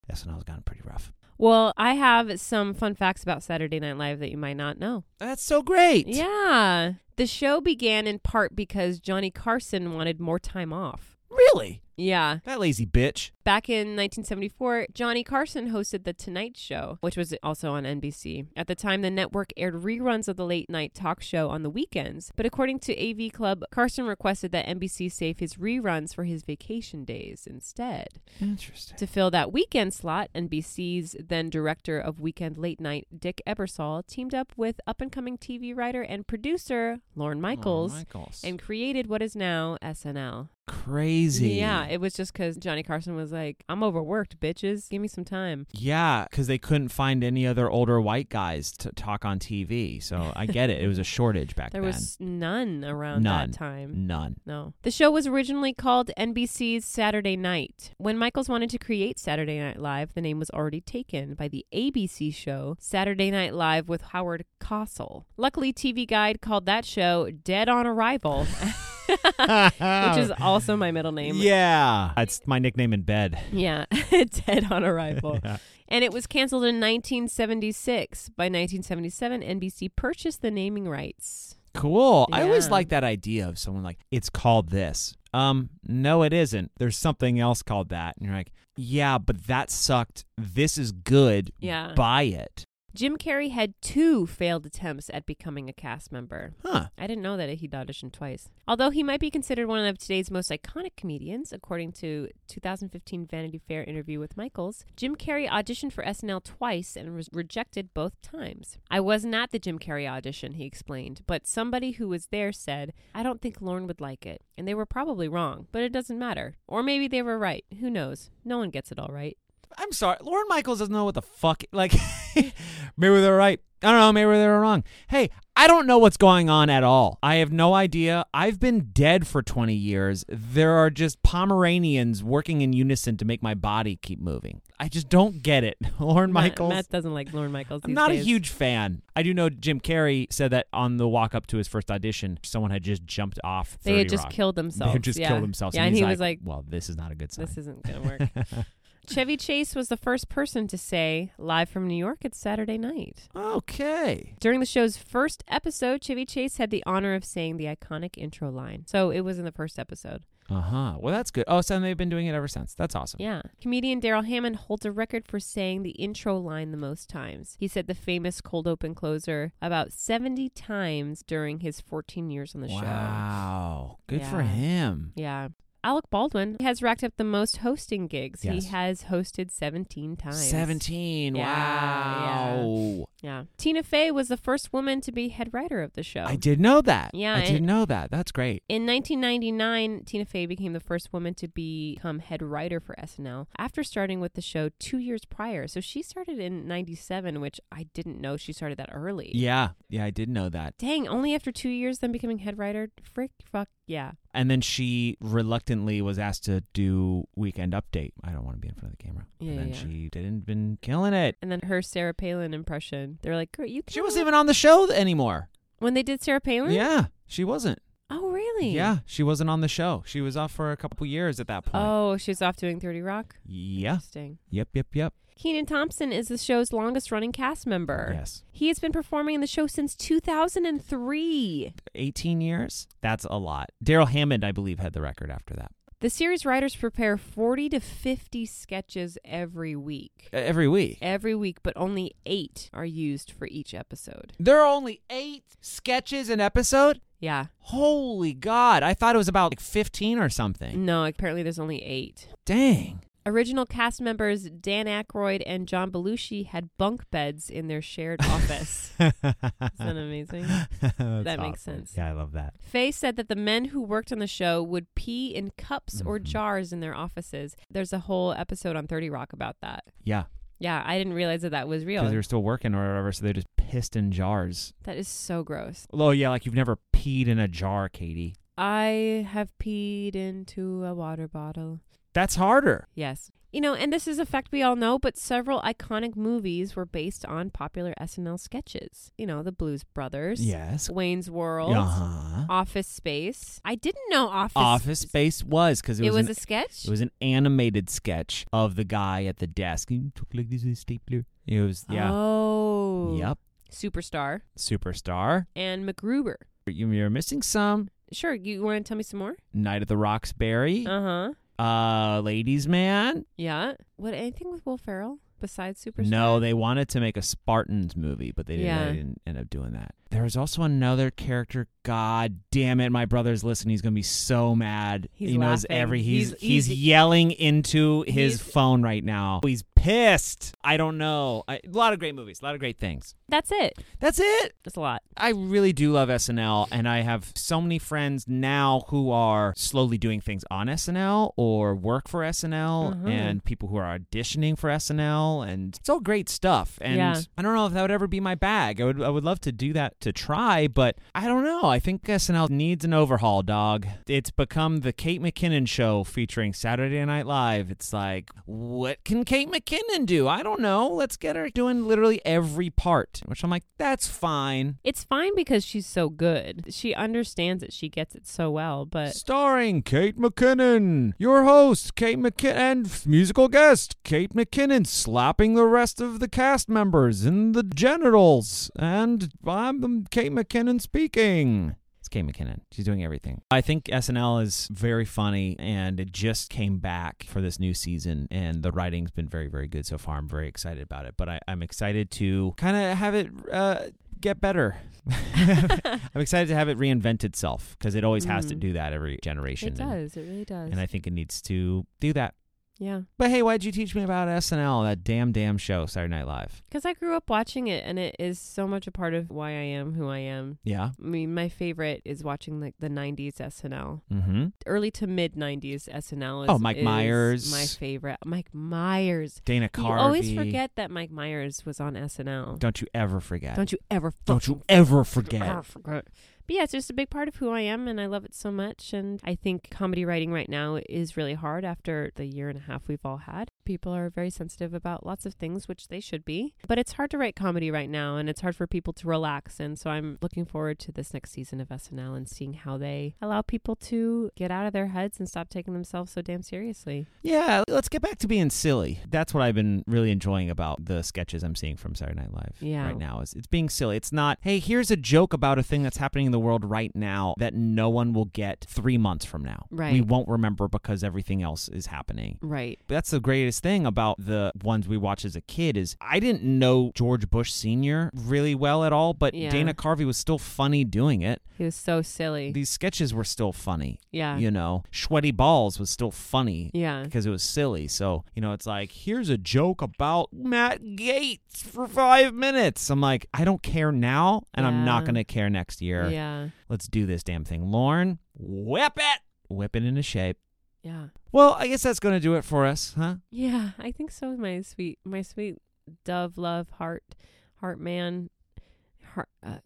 [SPEAKER 1] SNL's gotten pretty rough.
[SPEAKER 2] Well, I have some fun facts about Saturday Night Live that you might not know.
[SPEAKER 1] That's so great.
[SPEAKER 2] Yeah. The show began in part because Johnny Carson wanted more time off.
[SPEAKER 1] Really?
[SPEAKER 2] Yeah.
[SPEAKER 1] That lazy bitch.
[SPEAKER 2] Back in 1974, Johnny Carson hosted The Tonight Show, which was also on NBC. At the time, the network aired reruns of the late night talk show on the weekends. But according to AV Club, Carson requested that NBC save his reruns for his vacation days instead.
[SPEAKER 1] Interesting.
[SPEAKER 2] To fill that weekend slot, NBC's then director of weekend late night, Dick Ebersol, teamed up with up and coming TV writer and producer Lorne Michaels
[SPEAKER 1] Oh, Michaels.
[SPEAKER 2] and created what is now SNL.
[SPEAKER 1] crazy.
[SPEAKER 2] Yeah, it was just because Johnny Carson was like, I'm overworked, bitches. Give me some time.
[SPEAKER 1] Yeah, because they couldn't find any other older white guys to talk on TV. So I get it. It was a shortage back
[SPEAKER 2] There
[SPEAKER 1] then.
[SPEAKER 2] was none around
[SPEAKER 1] None.
[SPEAKER 2] that time.
[SPEAKER 1] None.
[SPEAKER 2] No. The show was originally called NBC's Saturday Night. When Michaels wanted to create Saturday Night Live, the name was already taken by the ABC show Saturday Night Live with Howard Cosell. Luckily, TV Guide called that show Dead on Arrival, (laughs)
[SPEAKER 1] (laughs)
[SPEAKER 2] which is also my middle name.
[SPEAKER 1] Yeah. That's my nickname in bed.
[SPEAKER 2] Yeah, (laughs) Dead on Arrival.
[SPEAKER 1] (laughs) Yeah.
[SPEAKER 2] And it was canceled in 1976. By 1977, NBC purchased the naming rights.
[SPEAKER 1] Cool. I always
[SPEAKER 2] Yeah.
[SPEAKER 1] like that idea of someone like, it's called this. Um, no, it isn't. There's something else called that. And you're like, yeah, but that sucked. This is good.
[SPEAKER 2] Yeah.
[SPEAKER 1] Buy it.
[SPEAKER 2] Jim Carrey had two failed attempts at becoming a cast member.
[SPEAKER 1] Huh.
[SPEAKER 2] I didn't know that he'd auditioned twice. Although he might be considered one of today's most iconic comedians, according to 2015 Vanity Fair interview with Michaels, Jim Carrey auditioned for SNL twice and was rejected both times. I wasn't at the Jim Carrey audition, he explained, but somebody who was there said, I don't think Lorne would like it. And they were probably wrong, but it doesn't matter. Or maybe they were right. Who knows? No one gets it all right.
[SPEAKER 1] I'm sorry. Lauren Michaels doesn't know what the fuck. Like, (laughs) maybe they're right. I don't know. Maybe they were wrong. Hey, I don't know what's going on at all. I have no idea. I've been dead for 20 years. There are just Pomeranians working in unison to make my body keep moving. I just don't get it. (laughs) Lauren
[SPEAKER 2] Matt-
[SPEAKER 1] Michaels.
[SPEAKER 2] Matt, doesn't like Lorne Michaels.
[SPEAKER 1] I'm
[SPEAKER 2] these
[SPEAKER 1] not a
[SPEAKER 2] days.
[SPEAKER 1] huge fan. I do know Jim Carrey said that on the walk up to his first audition, someone had just jumped off.
[SPEAKER 2] They had
[SPEAKER 1] 30
[SPEAKER 2] just
[SPEAKER 1] Rock.
[SPEAKER 2] killed themselves.
[SPEAKER 1] They had just
[SPEAKER 2] yeah.
[SPEAKER 1] killed themselves.
[SPEAKER 2] Yeah, and,
[SPEAKER 1] he's
[SPEAKER 2] he was like,
[SPEAKER 1] "Well, this is not a good sign."
[SPEAKER 2] This isn't going to
[SPEAKER 1] (laughs)
[SPEAKER 2] work. Chevy Chase was the first person to say, Live from New York, it's Saturday night.
[SPEAKER 1] okay.
[SPEAKER 2] During the show's first episode, Chevy Chase had the honor of saying the iconic intro line. So it was in the first episode.
[SPEAKER 1] Uh huh. Well, that's good. Oh, so they've been doing it ever since. That's awesome.
[SPEAKER 2] Yeah. Comedian Daryl Hammond holds a record for saying the intro line the most times. He said the famous cold open closer about 70 times during his 14 years on the show.
[SPEAKER 1] Wow. Good for
[SPEAKER 2] Yeah.
[SPEAKER 1] him.
[SPEAKER 2] Yeah. Alec Baldwin has racked up the most hosting gigs.
[SPEAKER 1] Yes.
[SPEAKER 2] He has hosted 17 times.
[SPEAKER 1] 17.
[SPEAKER 2] Yeah, yeah.
[SPEAKER 1] wow.
[SPEAKER 2] Yeah. Tina Fey was the first woman to be head writer of the show.
[SPEAKER 1] I did know that.
[SPEAKER 2] Um, Yeah,
[SPEAKER 1] I did
[SPEAKER 2] and-
[SPEAKER 1] know that. That's great.
[SPEAKER 2] in 1999, Tina Fey became the first woman to become head writer for SNL after starting with the show two years prior. So she started in 97, which I didn't know she started that early.
[SPEAKER 1] Yeah. Yeah, I did know that.
[SPEAKER 2] Dang, only after two years, then becoming head writer? Frick, fuck, yeah.
[SPEAKER 1] And then she reluctantly was asked to do Weekend Update. I don't want to be in front of the camera.
[SPEAKER 2] Yeah,
[SPEAKER 1] and then
[SPEAKER 2] yeah.
[SPEAKER 1] she didn't been killing it.
[SPEAKER 2] And then her Sarah Palin impression. They're like, girl, you
[SPEAKER 1] She
[SPEAKER 2] kinda
[SPEAKER 1] wasn't even on the show anymore.
[SPEAKER 2] look- When they did Sarah Palin?
[SPEAKER 1] Yeah, she wasn't.
[SPEAKER 2] Oh, Really?
[SPEAKER 1] Yeah, she wasn't on the show. She was off for a couple years at that point.
[SPEAKER 2] Oh, she was off doing 30 Rock?
[SPEAKER 1] yeah.
[SPEAKER 2] Interesting.
[SPEAKER 1] Yep, yep, yep.
[SPEAKER 2] Keenan Thompson is the show's longest running cast member.
[SPEAKER 1] Yes.
[SPEAKER 2] He has been performing in the show since 2003.
[SPEAKER 1] 18 years? That's a lot. Daryl Hammond, I believe, had the record after that.
[SPEAKER 2] The series writers prepare 40 to 50 sketches every week.
[SPEAKER 1] Uh, Every week.
[SPEAKER 2] Every week, but only eight are used for each episode.
[SPEAKER 1] There are only eight sketches an episode?
[SPEAKER 2] Yeah.
[SPEAKER 1] Holy God. I thought it was about like 15 or something.
[SPEAKER 2] No, apparently there's only eight. (laughs)
[SPEAKER 1] Dang. (laughs)
[SPEAKER 2] Original cast members Dan Aykroyd and John Belushi had bunk beds in their
[SPEAKER 1] (laughs)
[SPEAKER 2] shared office. Isn't that amazing?
[SPEAKER 1] that
[SPEAKER 2] makes sense.
[SPEAKER 1] Yeah, I love that.
[SPEAKER 2] Faye said that the men who worked on the show would pee in cups or
[SPEAKER 1] Mhm.
[SPEAKER 2] jars in their offices. There's a whole episode on 30 Rock about that.
[SPEAKER 1] Yeah,
[SPEAKER 2] Yeah, I didn't realize that that was
[SPEAKER 1] because
[SPEAKER 2] real.
[SPEAKER 1] they were still working or whatever, so they just pissed in jars.
[SPEAKER 2] That is so gross.
[SPEAKER 1] Oh, yeah, like you've never peed in a jar, Katie.
[SPEAKER 2] I have peed into a water bottle.
[SPEAKER 1] That's harder.
[SPEAKER 2] Yes. You know, and this is a fact we all know, but several iconic movies were based on popular SNL sketches. You know, The Blues Brothers,
[SPEAKER 1] Yes.
[SPEAKER 2] Wayne's World,
[SPEAKER 1] Uh-huh.
[SPEAKER 2] Office Space. I didn't know Office
[SPEAKER 1] Office Space was because
[SPEAKER 2] It,
[SPEAKER 1] it, was,
[SPEAKER 2] was
[SPEAKER 1] an,
[SPEAKER 2] a sketch?
[SPEAKER 1] it was an animated sketch of the guy at the desk. He took like this with a stapler. It was yeah.
[SPEAKER 2] Oh.
[SPEAKER 1] Yep.
[SPEAKER 2] Superstar
[SPEAKER 1] Superstar.
[SPEAKER 2] and MacGruber.
[SPEAKER 1] You, you're missing some.
[SPEAKER 2] Sure, you want to tell me some more?
[SPEAKER 1] Night at the Roxbury.
[SPEAKER 2] Uh huh.
[SPEAKER 1] Uh, Ladies Man.
[SPEAKER 2] Yeah. What anything with Will Ferrell besides Superstar?
[SPEAKER 1] No, they wanted to make a Spartans movie, but they didn't,
[SPEAKER 2] Yeah.
[SPEAKER 1] they didn't end up doing that. There was also another character. God damn it, my brother's listening. He's gonna be so mad.
[SPEAKER 2] He's
[SPEAKER 1] he knows
[SPEAKER 2] laughing.
[SPEAKER 1] every. He's
[SPEAKER 2] He's-
[SPEAKER 1] he's,
[SPEAKER 2] he's-
[SPEAKER 1] yelling into his
[SPEAKER 2] He's-
[SPEAKER 1] phone right now. He's pissed. I don't know. I, a lot of great movies. A lot of great things.
[SPEAKER 2] That's it.
[SPEAKER 1] That's it.
[SPEAKER 2] That's a lot.
[SPEAKER 1] I really do love SNL, and I have so many friends now who are slowly doing things on SNL or work for SNL,
[SPEAKER 2] Uh-huh.
[SPEAKER 1] and people who are auditioning for SNL, and it's all great stuff. And
[SPEAKER 2] Yeah.
[SPEAKER 1] I don't know if that would ever be my bag. I would, I would love to do that to try, but I don't know. I think SNL needs an overhaul, dog. It's become the Kate McKinnon show featuring Saturday Night Live. It's like, what can Kate McKinnon do? I don't know. Let's get her doing literally every part, which I'm like, that's fine.
[SPEAKER 2] It's fine because she's so good. She understands it. She gets it so well. (laughs)
[SPEAKER 1] (laughs)
[SPEAKER 2] But
[SPEAKER 1] Starring Kate McKinnon, your host, Kate McKinnon, and f- musical guest, Kate McKinnon, slapping the rest of the cast members in the genitals. And I'm um, Kate McKinnon speaking. It's Kate McKinnon. She's doing everything. I think SNL is very funny, and it just came back for this new season, and the writing's been very, very good so far. I'm very excited about it, but I, I'm excited to kind of have it uh, get better. (laughs) I'm excited to have it reinvent itself because it always has to
[SPEAKER 2] Mhm.
[SPEAKER 1] do that every generation.
[SPEAKER 2] it
[SPEAKER 1] and-
[SPEAKER 2] does. It really does.
[SPEAKER 1] And I think it needs to do that.
[SPEAKER 2] yeah.
[SPEAKER 1] But hey, why'd you teach me about SNL, that damn, damn show, Saturday Night Live?
[SPEAKER 2] Because I grew up watching it, and it is so much a part of why I am who I am.
[SPEAKER 1] Yeah.
[SPEAKER 2] I mean, my favorite is watching like the '90s SNL,
[SPEAKER 1] Mm-hmm.
[SPEAKER 2] early to mid '90s SNL. Is,
[SPEAKER 1] Oh, Mike
[SPEAKER 2] is
[SPEAKER 1] Myers.
[SPEAKER 2] My favorite, Mike Myers.
[SPEAKER 1] Dana
[SPEAKER 2] You
[SPEAKER 1] Carvey.
[SPEAKER 2] always forget that Mike Myers was on SNL.
[SPEAKER 1] Don't you ever forget.
[SPEAKER 2] Don't you ever
[SPEAKER 1] Don't you
[SPEAKER 2] fucking
[SPEAKER 1] ever forget.
[SPEAKER 2] ever forget. But yeah, it's just a big part of who I am, and I love it so much. And I think comedy writing right now is really hard after the year and a half we've all had. People are very sensitive about lots of things, which they should be. But it's hard to write comedy right now, and it's hard for people to relax. And so I'm looking forward to this next season of SNL and seeing how they allow people to get out of their heads and stop taking themselves so damn seriously.
[SPEAKER 1] Yeah, let's get back to being silly. That's what I've been really enjoying about the sketches I'm seeing from Saturday Night Live
[SPEAKER 2] Yeah.
[SPEAKER 1] right now. Is it's being silly. It's not, hey, here's a joke about a thing that's happening in the world right now that no one will get three months from now. We
[SPEAKER 2] Right.
[SPEAKER 1] won't remember because everything else is happening.
[SPEAKER 2] Right.
[SPEAKER 1] That's the greatest thing about the ones we watch as a kid is I didn't know George Bush Sr. really well at all, but
[SPEAKER 2] Yeah.
[SPEAKER 1] Dana Carvey was still funny doing it.
[SPEAKER 2] He was so silly.
[SPEAKER 1] These sketches were still funny.
[SPEAKER 2] yeah.
[SPEAKER 1] You know, Sweaty Balls was still funny
[SPEAKER 2] Yeah.
[SPEAKER 1] because it was silly. So, you know, it's like, here's a joke about Matt Gates for five minutes. I'm like, I don't care now, and I'm not
[SPEAKER 2] Yeah.
[SPEAKER 1] going to care next year.
[SPEAKER 2] Yeah.
[SPEAKER 1] Let's do this damn thing. Lauren, whip it. Whip it into shape.
[SPEAKER 2] Yeah.
[SPEAKER 1] Well, I guess that's going to do it for us, huh?
[SPEAKER 2] Yeah, I think so. My sweet, my sweet dove, love, heart, heart man, heart, uh,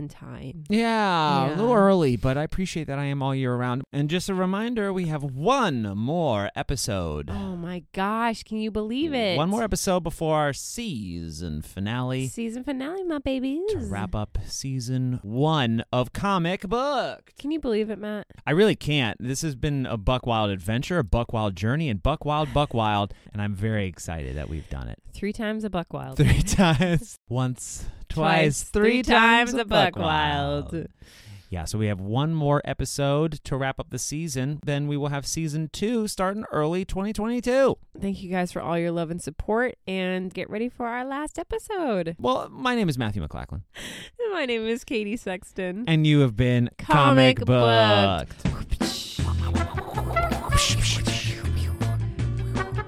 [SPEAKER 2] Valentine.
[SPEAKER 1] Yeah, a
[SPEAKER 2] Yeah.
[SPEAKER 1] little early, but I appreciate that I am all year round. And just a reminder, we have one more episode.
[SPEAKER 2] Oh my gosh, can you believe it?
[SPEAKER 1] One more episode before our season finale
[SPEAKER 2] season finale, my babies.
[SPEAKER 1] to wrap up season one of Comic Book.
[SPEAKER 2] Can you believe it, Matt?
[SPEAKER 1] I really can't. This has been a Buck Wild adventure, a Buck Wild journey, and Buck Wild, Buck Wild. And I'm very excited that we've done it.
[SPEAKER 2] Three times a buck
[SPEAKER 1] (laughs)
[SPEAKER 2] wild.
[SPEAKER 1] Three times. Once, twice, three, times, a Buck Wild. Yeah, so we have one more episode to wrap up the season. Then we will have season two starting early 2022.
[SPEAKER 2] Thank you guys for all your love and support, and get ready for our last episode. (laughs)
[SPEAKER 1] Well, my name is Matthew McLachlan,
[SPEAKER 2] My name is Katie Sexton.
[SPEAKER 1] (laughs) and you have been
[SPEAKER 2] Comic
[SPEAKER 1] Booked.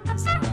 [SPEAKER 2] Booked.